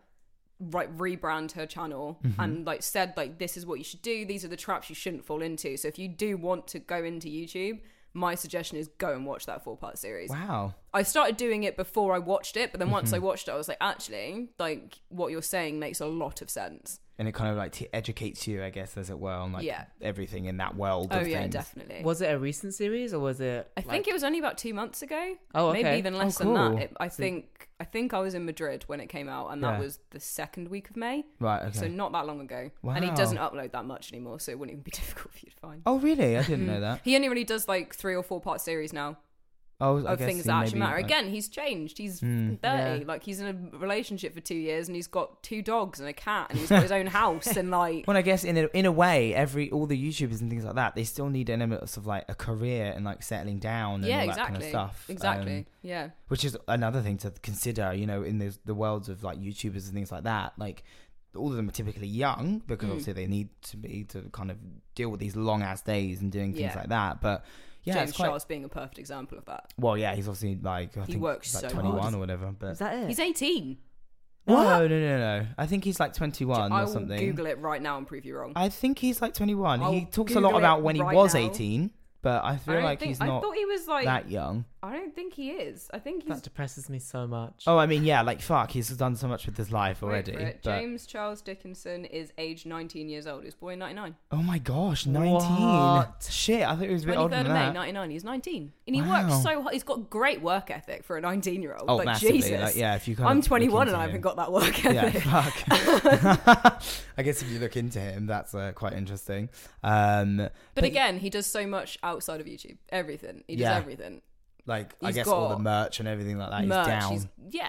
like rebrand her channel
Mm-hmm.
and like said like this is what you should do these are the traps you shouldn't fall into so if you do want to go into youtube my suggestion is go and watch that four part series
Wow. Mm-hmm.
i started doing it before i watched it but then once i watched it i was like actually like what you're saying makes a lot of sense
And it kind of like t- educates you, I guess, as it were, on like
Yeah.
everything in that world.
oh
of
yeah
things.
definitely
Was it a recent series or was it?
I think it was only about two months ago.
Oh, okay.
maybe even less
Oh,
than
cool.
that. It, I think I think I was in Madrid when it came out, and that
Yeah.
was the second week of May.
Right. Okay.
So not that long ago. And he
Wow.
doesn't upload that much anymore, so it wouldn't even be difficult for you to find.
oh, really? I didn't
Mm.
know that.
He only really does like three or four part series now
Oh, I
of
guess
things
he
that actually
maybe,
matter.
like- Hmm, mm.
Again, he's changed. He's f***ing 30.
Yeah.
Like he's in a relationship for two years and he's got two dogs and a cat and he's got his own house and like
Well, I guess in a, in a way, every all the YouTubers and things like that, they still need elements of like a career and like settling down and
Yeah,
all that
exactly.
kind of stuff.
Exactly.
Um,
yeah.
which is another thing to consider you know in the, the worlds of like youtubers and things like that like all of them are typically young
Mm.
because obviously they need to be to kind of deal with these long ass days and doing things
Yeah.
like that but yeah
James
it's quite
Charles being a perfect example of that.
well yeah he's obviously like i
He
think
works
like
so
21
hard.
or whatever but
Is that it?
He's 18.
no no no no i think he's like 21
I
or
will
something
Google it right now and prove you wrong.
i think he's like 21 he
I'll
talks a
Google
lot
it
about when
right
he was
now.
18 but i
I
feel
don't
like
think,
he's
I
not
thought he was like
that young
I don't think he is. I think he's
that depresses me so much.
oh i mean yeah like fuck he's done so much with his life
Wait for
already
it.
but-
James Charles Dickinson is age 19 years old. He's born in 99.
Oh my gosh, 19.
What?
Shit, I thought it was a bit
23rd
older
of
than
May,
that.
99. He's 19. And he
Wow.
works so hard. He's got great work ethic for a 19 year old.
oh,
like,
massively.
Jesus.
Like, yeah, if you kind
I'm
of look
21 and
into
I
him.
haven't got that work
Yeah,
ethic.
fuck. I guess if you look into him, that's uh, quite interesting. Um,
But again, he does so much outside of YouTube. Everything. He does
Yeah.
everything.
like, I
He's
guess all the
got
merch and everything like that
Merch.
is down.
He's, yeah.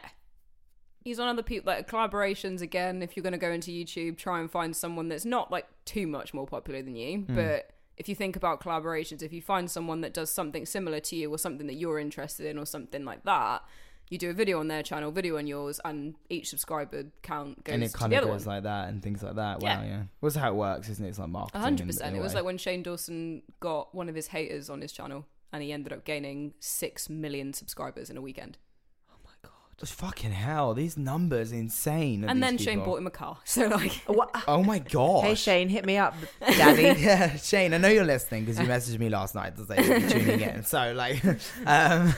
He's on other people, like collaborations again. If you're going to go into YouTube, try and find someone that's not like too much more popular than you.
Hmm.
But if you think about collaborations, if you find someone that does something similar to you or something that you're interested in or something like that, you do a video on their channel, video on yours, and each subscriber count goes
and it
to
kind
the
of
other
goes
one.
like that and things like that.
Yeah.
Wow, yeah. Well, that's how it works, isn't it? It's like marketing.
A
in-
hundred
in
percent.
a
It was
way.
like when Shane Dawson got one of his haters on his channel, and he ended up gaining six million subscribers in a weekend.
Oh my god.
Just fucking hell, these numbers insane. of
and
these
then Shane
people.
bought him a car. So like,
What?
Oh my god.
Hey Shane, hit me up, Daddy.
yeah, Shane, I know you're listening because you messaged me last night to say you'll be tuning in. So, like, um,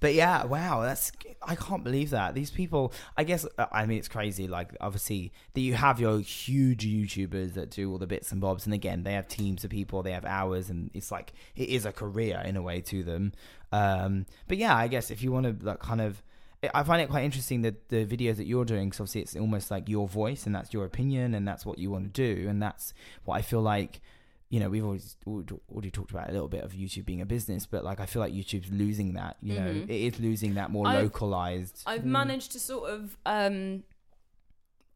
but yeah, wow, that's I can't believe that these people. I guess uh, I mean it's crazy. Like, obviously, that you have your huge YouTubers that do all the bits and bobs, and again, they have teams of people, they have hours, and it's like it is a career in a way to them. Um, but yeah, I guess if you want to like kind of I- I find it quite interesting that the videos that you're doing, because obviously it's almost like your voice and that's your opinion and that's what you want to do. And that's what I feel like, you know, we've always al- already talked about a little bit of YouTube being a business, but like I feel like YouTube's losing that, you know,
Mhm.
it is losing that more
I've-
localized.
Hmm.
I've managed to sort of. Um,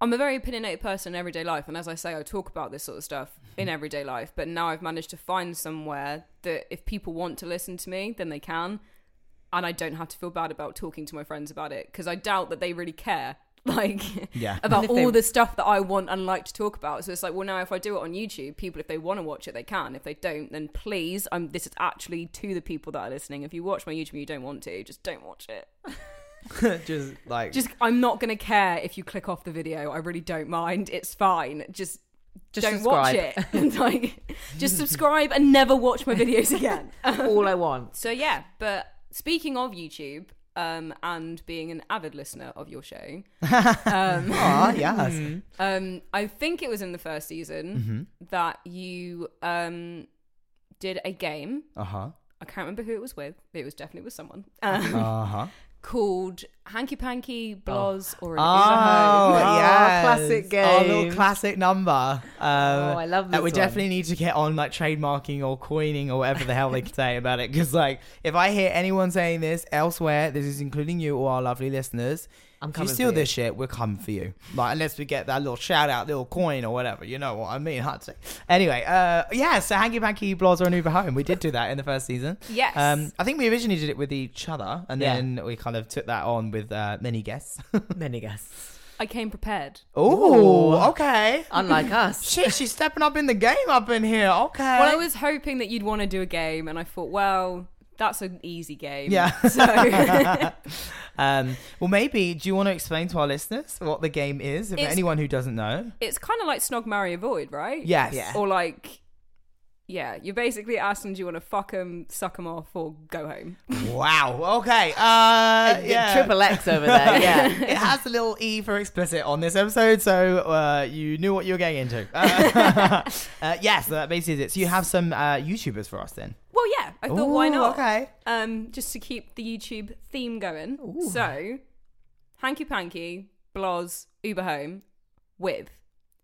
I'm a very opinionated person in everyday life, and as I say, I talk about this sort of stuff
Hmm.
in everyday life. But now I've managed to find somewhere that if people want to listen to me, then they can, and I don't have to feel bad about talking to my friends about it because I doubt that they really care. Like
Yeah.
And
about
if they-
all the stuff that I want and like to talk about. So it's like, well, now if I do it on YouTube, people, if they want to watch it, they can. If they don't, then please, I'm. This is actually to the people that are listening. If you watch my YouTube and you don't want to, just don't watch it
just like,
just I'm not gonna care if you click off the video. I really don't mind. It's fine. Just
Just
don't
subscribe.
watch it. like, just subscribe and never watch my videos again.
All I want.
so yeah, but speaking of YouTube um, and being an avid listener of your show, um,
ah, yes.
um, I think it was in the first season
Mm-hmm.
that you um, did a game.
Uh huh.
I can't remember who it was with. But it was definitely with someone um,
Uh-huh.
Uh huh.
called Hanky Panky Bloz or an
Oh,
Uber Ho.
yes.
Ah, classic
Our little
games.
classic number. Um,
I love
that. We
this one.
definitely need to get on like trademarking or coining or whatever the hell they say about it. Because like, if I hear anyone saying this elsewhere, this is including you or our lovely listeners.
I'm
If you
coming
steal
for you.
this shit, we're coming for you. Like, unless we get that little shout out, little coin or whatever. You know what I mean? Hard to say. Anyway, uh, yeah. So, Hanky Panky Bloz or an Uber Home. We did do that in the first season.
Yes.
Um, I think we originally did it with each other, and
Yeah.
then we kind of took that on with uh, many guests.
Many guests.
I came prepared.
Oh,
Ooh.
okay.
Unlike us.
Shit, she's stepping up in the game up in here. Okay.
Well, I was hoping that you'd want to do a game, and I thought, well, that's an easy game.
Yeah.
So
um, well, maybe do you want to explain to our listeners what the game is, if
It's-
anyone who doesn't know?
it's kind of like snog, marry, avoid, right?
Yes.
Yeah.
Or like, yeah, you basically ask them, do you want to fuck them, suck them off, or go home?
Wow. Okay. Uh, yeah.
Triple X over there. Yeah.
yeah, it has a little E for explicit on this episode, so uh, you knew what you were getting into. Uh, uh, yes, so that basically is it. So you have some uh, YouTubers for us then.
Well, yeah, I thought, why
Ooh,
not?
Okay.
Um, just to keep the YouTube theme going. So, Hanky Panky, Bloz, Uber Home, with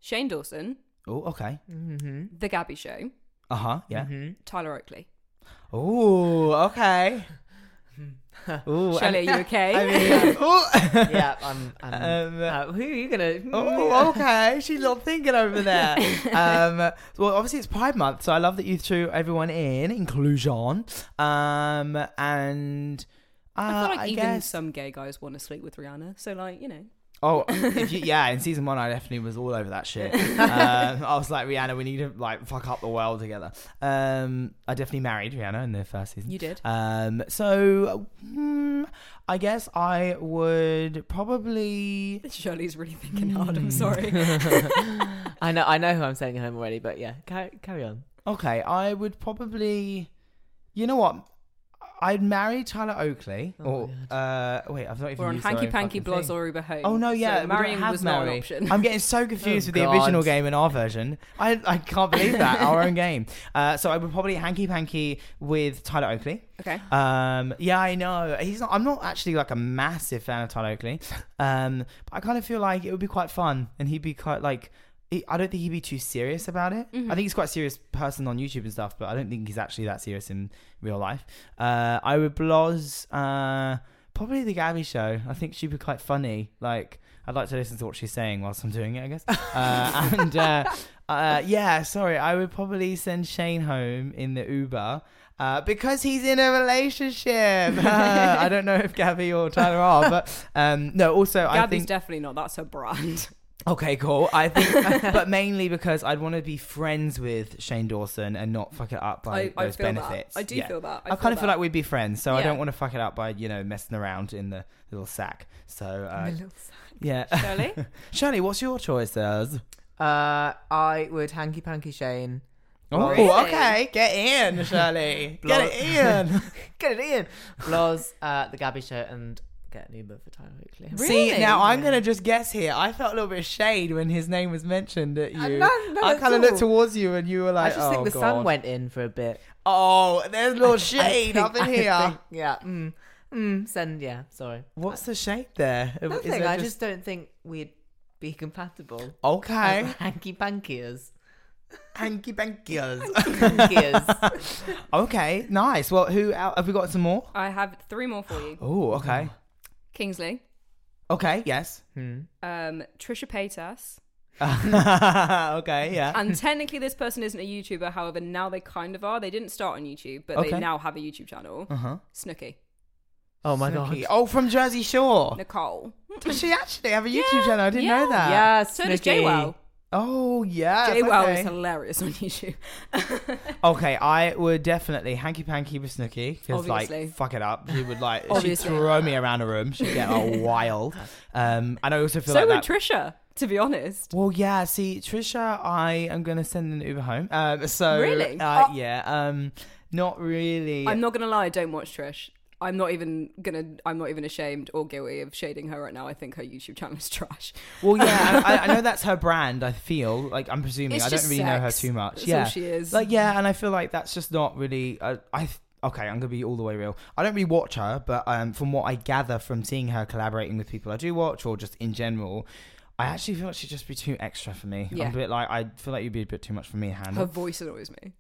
Shane Dawson,
Oh, okay.
The Gabby Show,
Uh huh. Yeah.
Mm-hmm.
Tyler Oakley.
Ooh, okay. Ooh,
Shelley,
and-
you okay?
I mean, yeah. Ooh.
yeah, I'm. I'm
Um,
uh, who are you gonna?
Oh, okay. She's not thinking over there. Um, well, obviously it's Pride Month, so I love that you threw everyone in inclusion. Um, and uh,
I
I,
feel like even
guess.
some gay guys want to sleep with Rihanna. So, like, you know.
Oh, if you, yeah. In season one, I definitely was all over that shit. um, I was like, Rihanna, we need to like fuck up the world together. Um, I definitely married Rihanna in the first season.
You did.
Um, so hmm, I guess I would probably.
Shirley's really thinking hard. I'm sorry.
I know. I know who I'm sending home already. But yeah, carry, carry on.
Okay, I would probably. You know what? I'd marry Tyler Oakley.
Oh
or uh, wait, I've not even.
We're on
used their
Hanky
own
Panky
fucking
Bloz
thing.
or Uber Home.
Oh no, yeah,
so
we
marrying
don't have
was not
Mary.
an option.
I'm getting so
Oh,
confused with the
God.
original game and our version. I I can't believe that our own game. Uh, so I would probably Hanky Panky with Tyler Oakley.
okay.
Um, yeah, I know. He's not. I'm not actually like a massive fan of Tyler Oakley, um, but I kind of feel like it would be quite fun, and he'd be quite like. he- I don't think he'd be too serious about it. I think he's quite a serious person on YouTube and stuff, but I don't think he's actually that serious in real life. Uh, I would bloz uh, probably the Gabby show. I think she'd be quite funny. Like I'd like to listen to what she's saying whilst I'm doing it, I guess. Uh, and uh, uh, yeah, sorry, I would probably send Shane home in the Uber. Uh, because he's in a relationship. I don't know if Gabby or Tyler are, but um, no. Also, I
Gabby's
think
definitely not. That's her brand.
Okay, cool. I think, but mainly because I'd want to be friends with Shane Dawson and not fuck it up by
I, I
those
feel
benefits.
that. I do
Yeah.
feel that.
I, kind of feel
that.
like we'd be friends, so I
Yeah.
don't want to fuck it up by you know messing around in the little sack. So uh, yeah,
Shirley?
Shirley, what's your choices?
Uh, I would hanky panky Shane.
Oh,
Really?
okay, get in, Shirley, get
Blow-
it in.
Get it in. Bloz at uh, the Gabby show and get an Uber for time weekly.
See,
Really?
now I'm gonna just guess here. I felt a little bit of shade when his name was mentioned at you.
Uh, no, no,
I
at
kind of
all.
looked towards you, and you were
I
like,
just
"Oh
think the
God."
sun went in for a bit.
Oh, there's a little shade
I
up in
think-
here.
I think- yeah. Mm, mm, send. Yeah. Sorry.
What's the shade there? Is
Nothing.
there
I just don't think we'd be compatible.
okay.
Hanky pankiers.
Hanky bankers.
Pankiers.
okay, nice. Well, who out, have we got? Some more?
I have three more for you.
Oh, okay.
Kingsley,
Oh.
Okay, yes.
hmm.
um, Trisha Paytas,
okay, yeah.
and technically this person isn't a YouTuber. However, now they kind of are. They didn't start on YouTube, but
Okay.
they now have a YouTube channel.
Uh huh.
Snooky,
Oh my god.
Oh, from Jersey Shore.
Nicole.
Does she actually have a YouTube
Yeah,
channel? I didn't
yeah.
know that.
Yes.
So does
Snooki.
J-Well.
Oh, yeah.
J-Well
okay.
is hilarious on YouTube.
Okay, I would definitely hanky panky with Snooky because
Obviously.
like fuck it up. She would like she'd
Obviously.
throw me around a room. She'd get all wild. Um, and I also feel
so
like
would
that.
Trisha, to be honest.
well, yeah. See, Trisha, I am gonna send an Uber home. Um, so
Really?
uh,
Oh.
yeah. Um, not really.
I'm not gonna lie, I don't watch Trish. I'm not even gonna. I'm not even ashamed or guilty of shading her right now. I think her YouTube channel is trash.
Well, yeah, I, I know that's her brand. I feel like I'm presuming.
It's
I don't
just
really know her
sex.
too much.
That's
yeah,
all she is.
like yeah, and I feel like that's just not really. I, I okay, I'm gonna be all the way real. I don't really watch her, but um, from what I gather from seeing her collaborating with people I do watch, or just in general, I actually feel like she'd just be too extra for me.
Yeah.
I'm a bit like I feel like you'd be a bit too much for me to handle.
her voice annoys me.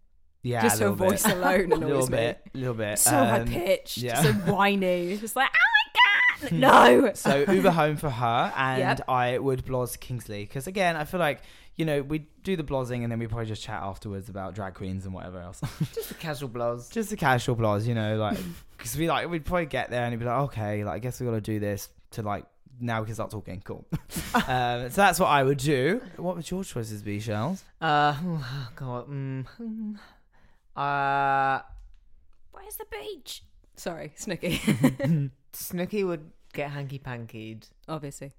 yeah,
just
a
her
little bit.
voice alone
a little
annoys me.
bit, a little bit.
So
Um,
high pitched,
yeah. Hmm.
so whiny. Just like, oh my god, no.
So Uber home for her, and
Yep.
I would bloz Kingsley because again, I feel like you know we do the blozing, and then we probably just chat afterwards about drag queens and whatever else.
Just a casual bloz.
just a casual bloz, you know, like because we like we'd probably get there and it'd be like, okay, like I guess we got to do this to like now we can start talking. Cool. um, so that's what I would do. What would your choices be, Shells?
Uh, oh god. Mm, mm. uh,
Where's the beach? Sorry, Snooky.
Snooky would get hanky pankied.
Obviously,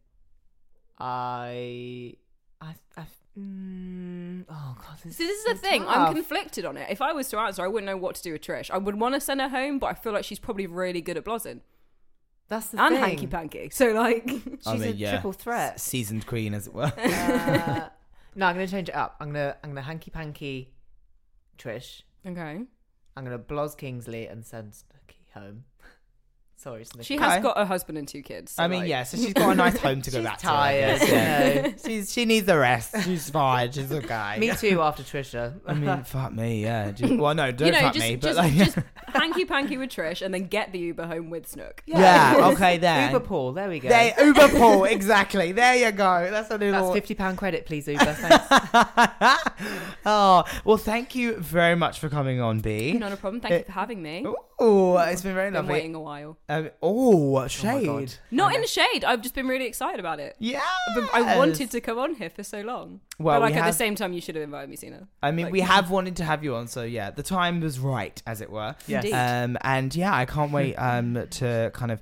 I, I, I mm, oh god. This,
so this is the
so
thing.
tough.
I'm conflicted on it. If I was to answer, I wouldn't know what to do with Trish. I would want to send her home, but I feel like she's probably really good at blozzing
That's the
and
thing.
hanky panky. So like,
She's a triple threat.
seasoned queen, as it were.
uh, no, I'm gonna change it up. I'm gonna I'm gonna hanky panky Trish.
okay.
I'm gonna bloz Kingsley and send Snooky home. Sorry, Snooky.
She
Okay.
has got a husband and two kids. so,
I mean,
like-
yeah. So she's got a nice home to go
She's
back to. I
tired.
guess, yeah.
you know.
She's she needs the rest. She's fine. She's okay.
Me too. After Trisha.
I mean, fuck me, yeah. Just, well, no, don't
You know,
fuck
just,
me, but
just,
like,
just hanky panky with Trish and then get the Uber home with Snook.
yeah, okay, there.
Uber Paul. There we go.
There, Uber Paul, exactly. There you go. That's a
That's
little.
fifty pound credit, please Uber. Thanks.
oh well, thank you very much for coming on, B.
Not a problem. Thank you for having me.
Oh, it's been very
Been
lovely.
waiting a while.
Um, oh,
my
shade.
God.
Not in the shade. I've just been really excited about it.
yeah,
I wanted to come on here for so long.
Well,
but like
we
at
have-
the same time, you should have invited me sooner.
I mean,
like-
we have wanted to have you on, so yeah, the time was right, as it were.
Yes.
Indeed.
Um, and yeah, I can't wait um to kind of,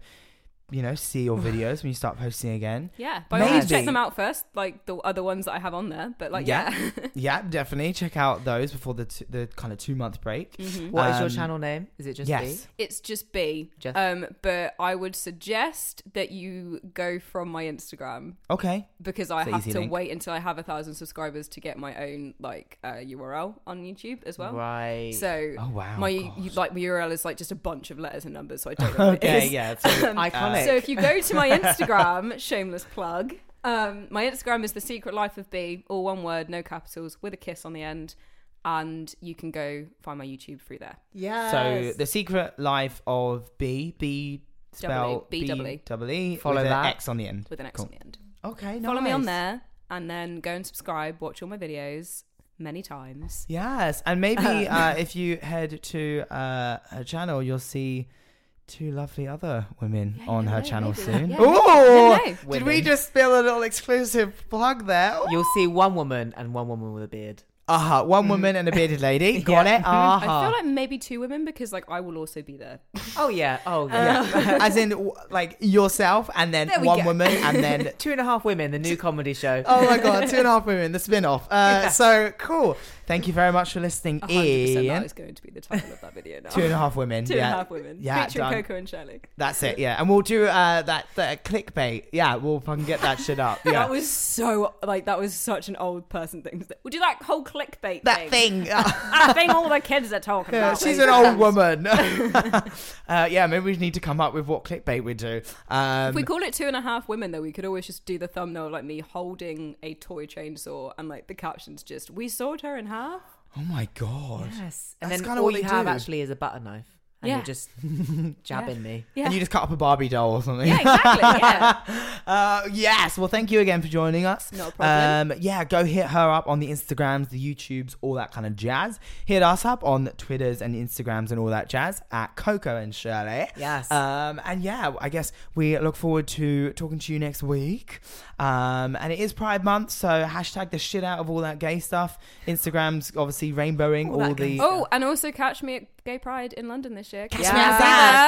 you know, see your videos when you start posting again.
Yeah. But I always
Maybe.
check them out first, like the other ones that I have on there. But like,
Yeah.
yeah.
Yeah, definitely check out those before the t- the kind of two month break.
Mhm.
What is your
Um,
channel name? Is it just
yes.
B?
It's just B.
Just-
Um, but I would suggest that you go from my Instagram
Okay.
because I
It's an
have
easy
to
link.
wait until I have a thousand subscribers to get my own like uh, URL on YouTube as well.
right.
So
Oh wow.
my
God.
you, like my URL is like just a bunch of letters and numbers, so I don't know. what it
okay.
is.
Yeah. So,
Iconic.
So if you go to my Instagram, shameless plug. Um, my Instagram is the Secret Life of Bee, all one word, no capitals, with a kiss on the end, and you can go find my YouTube through there.
yeah.
so the secret life of B B spell
Double E, B double E.
double E
Follow
with an
that.
X on the end.
With an X
Cool.
on the end.
Okay.
Follow me on
nice.
there, and then go and subscribe. Watch all my videos many times.
Yes, and maybe uh, if you head to uh, her channel, you'll see two lovely other women
Yeah, you
on
never
her
know,
channel
maybe.
soon.
Yeah,
Oh,
never know.
did we just spill a little exclusive plug there?
You'll see one woman and one woman with a beard.
Uh huh.
Mm.
One woman and a bearded lady. Got it. Uh
I feel
huh.
like maybe two women because like I will also be there.
Oh yeah. Oh yeah.
Uh, As in, w- like yourself, and then
There we
one
go.
woman, and then
Two and a half women, the new comedy show.
oh my god, two and a half women, the spin off. Uh, So cool. Thank you very much for listening
100% that
in.
is going to be the title of that video now.
Two and a half women.
Two and a
yeah.
half women.
Yeah,
Featuring
done.
Coco and Shelley.
That's it. Yeah. And we'll do uh, that, that clickbait. Yeah. We'll fucking get that shit up. Yeah.
That was so like that was such an old person thing. to say. We'll do that whole clickbait
that
thing.
thing. Yeah,
that thing all the kids are talking about.
she's
these
an old
days.
woman. uh, yeah, maybe we need to come up with what clickbait we do.
If
Um,
we call it two and a half women, though, we could always just do the thumbnail like me holding a toy chainsaw and like the captions just "We sawed her in half."
oh my god!
Yes. And
That's
then
kinda
all
what
you
they
have
do.
actually is a butter knife, and
Yeah.
you're just jabbing me.
Yeah,
And you just cut up a Barbie doll or something.
yeah, exactly. Yeah,
Uh, yes. Well, thank you again for joining us.
No problem.
Um, yeah, go hit her up on the Instagrams, the YouTubes, all that kind of jazz. Hit us up on Twitters and Instagrams and all that jazz at Coco and Shirley.
Yes.
Um, and yeah, I guess we look forward to talking to you next week. Um, and it is Pride Month, so hashtag the shit out of all that gay stuff. Instagrams, obviously, rainbowing all,
All that
the.
gay stuff.
Oh, and also catch me at Gay Pride in London this year.
Catch me
Yeah.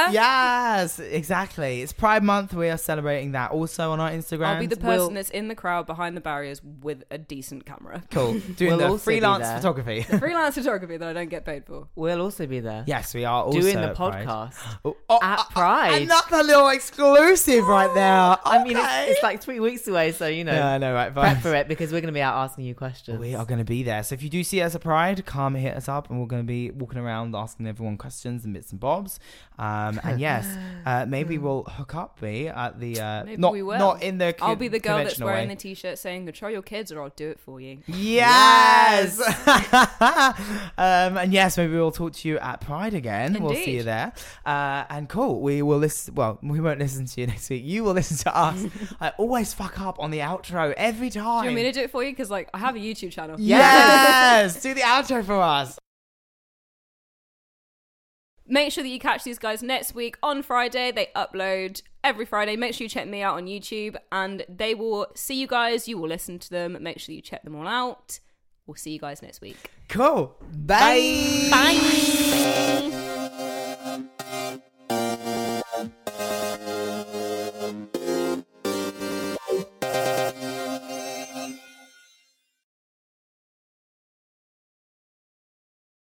outside.
Yes, exactly. It's Pride Month. We are celebrating that also on our Instagram.
I'll be the
We'll-
person that's in the crowd behind the barriers with a decent camera.
cool doing
We'll
the
also be
freelance
there.
photography.
Freelance photography that I don't get paid for.
We'll also be there.
Yes, we are also
Doing the
at Pride.
podcast
Oh, oh,
at
oh,
Pride.
Another little exclusive right there.
I mean,
Okay.
it's, it's like three weeks away, so you know,
yeah, I know, right?
prep
But
for it because we're going to be out asking you questions.
we are going to be there. So if you do see us at Pride, come hit us up, and we're going to be walking around asking everyone questions and bits and bobs. Um, and yes, uh,
Hmm.
maybe we'll hook up. Me at the uh,
Maybe
not
we will.
not in the
I'll be the girl that's
conventional
wearing
way.
the t-shirt saying "Control your kids, or I'll do it for you."
Yes. um, and yes, maybe we'll talk to you at Pride again. We'll see
Indeed.
you there. Uh, and cool. We will listen. Well, we won't listen to you next week. You will listen to us. I always fuck up on the outro every
Do
time.
you want me to do it for you? Because like I have a YouTube channel.
yes. do the outro for us.
Make sure that you catch these guys next week on Friday. They upload every Friday. Make sure you check me out on YouTube and they will see you guys. You will listen to them. Make sure you check them all out. We'll see you guys next week.
Cool. Bye.
Bye.